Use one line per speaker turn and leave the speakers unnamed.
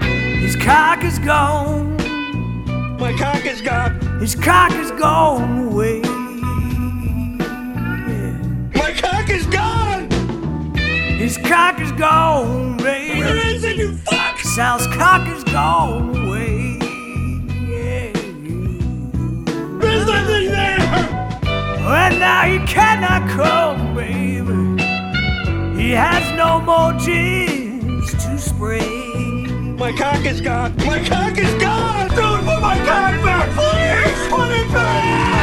His cock is gone.
My cock is gone.
His cock is gone away.
My cock is gone.
His cock is gone away.
Where is it, you fuck?
Sal's cock is gone away. Yeah.
There's nothing there.
And now he cannot come, baby. He has no more gins to spray.
My cock is gone. My cock is gone. Don't put my cock back, Ah, please. Put it back.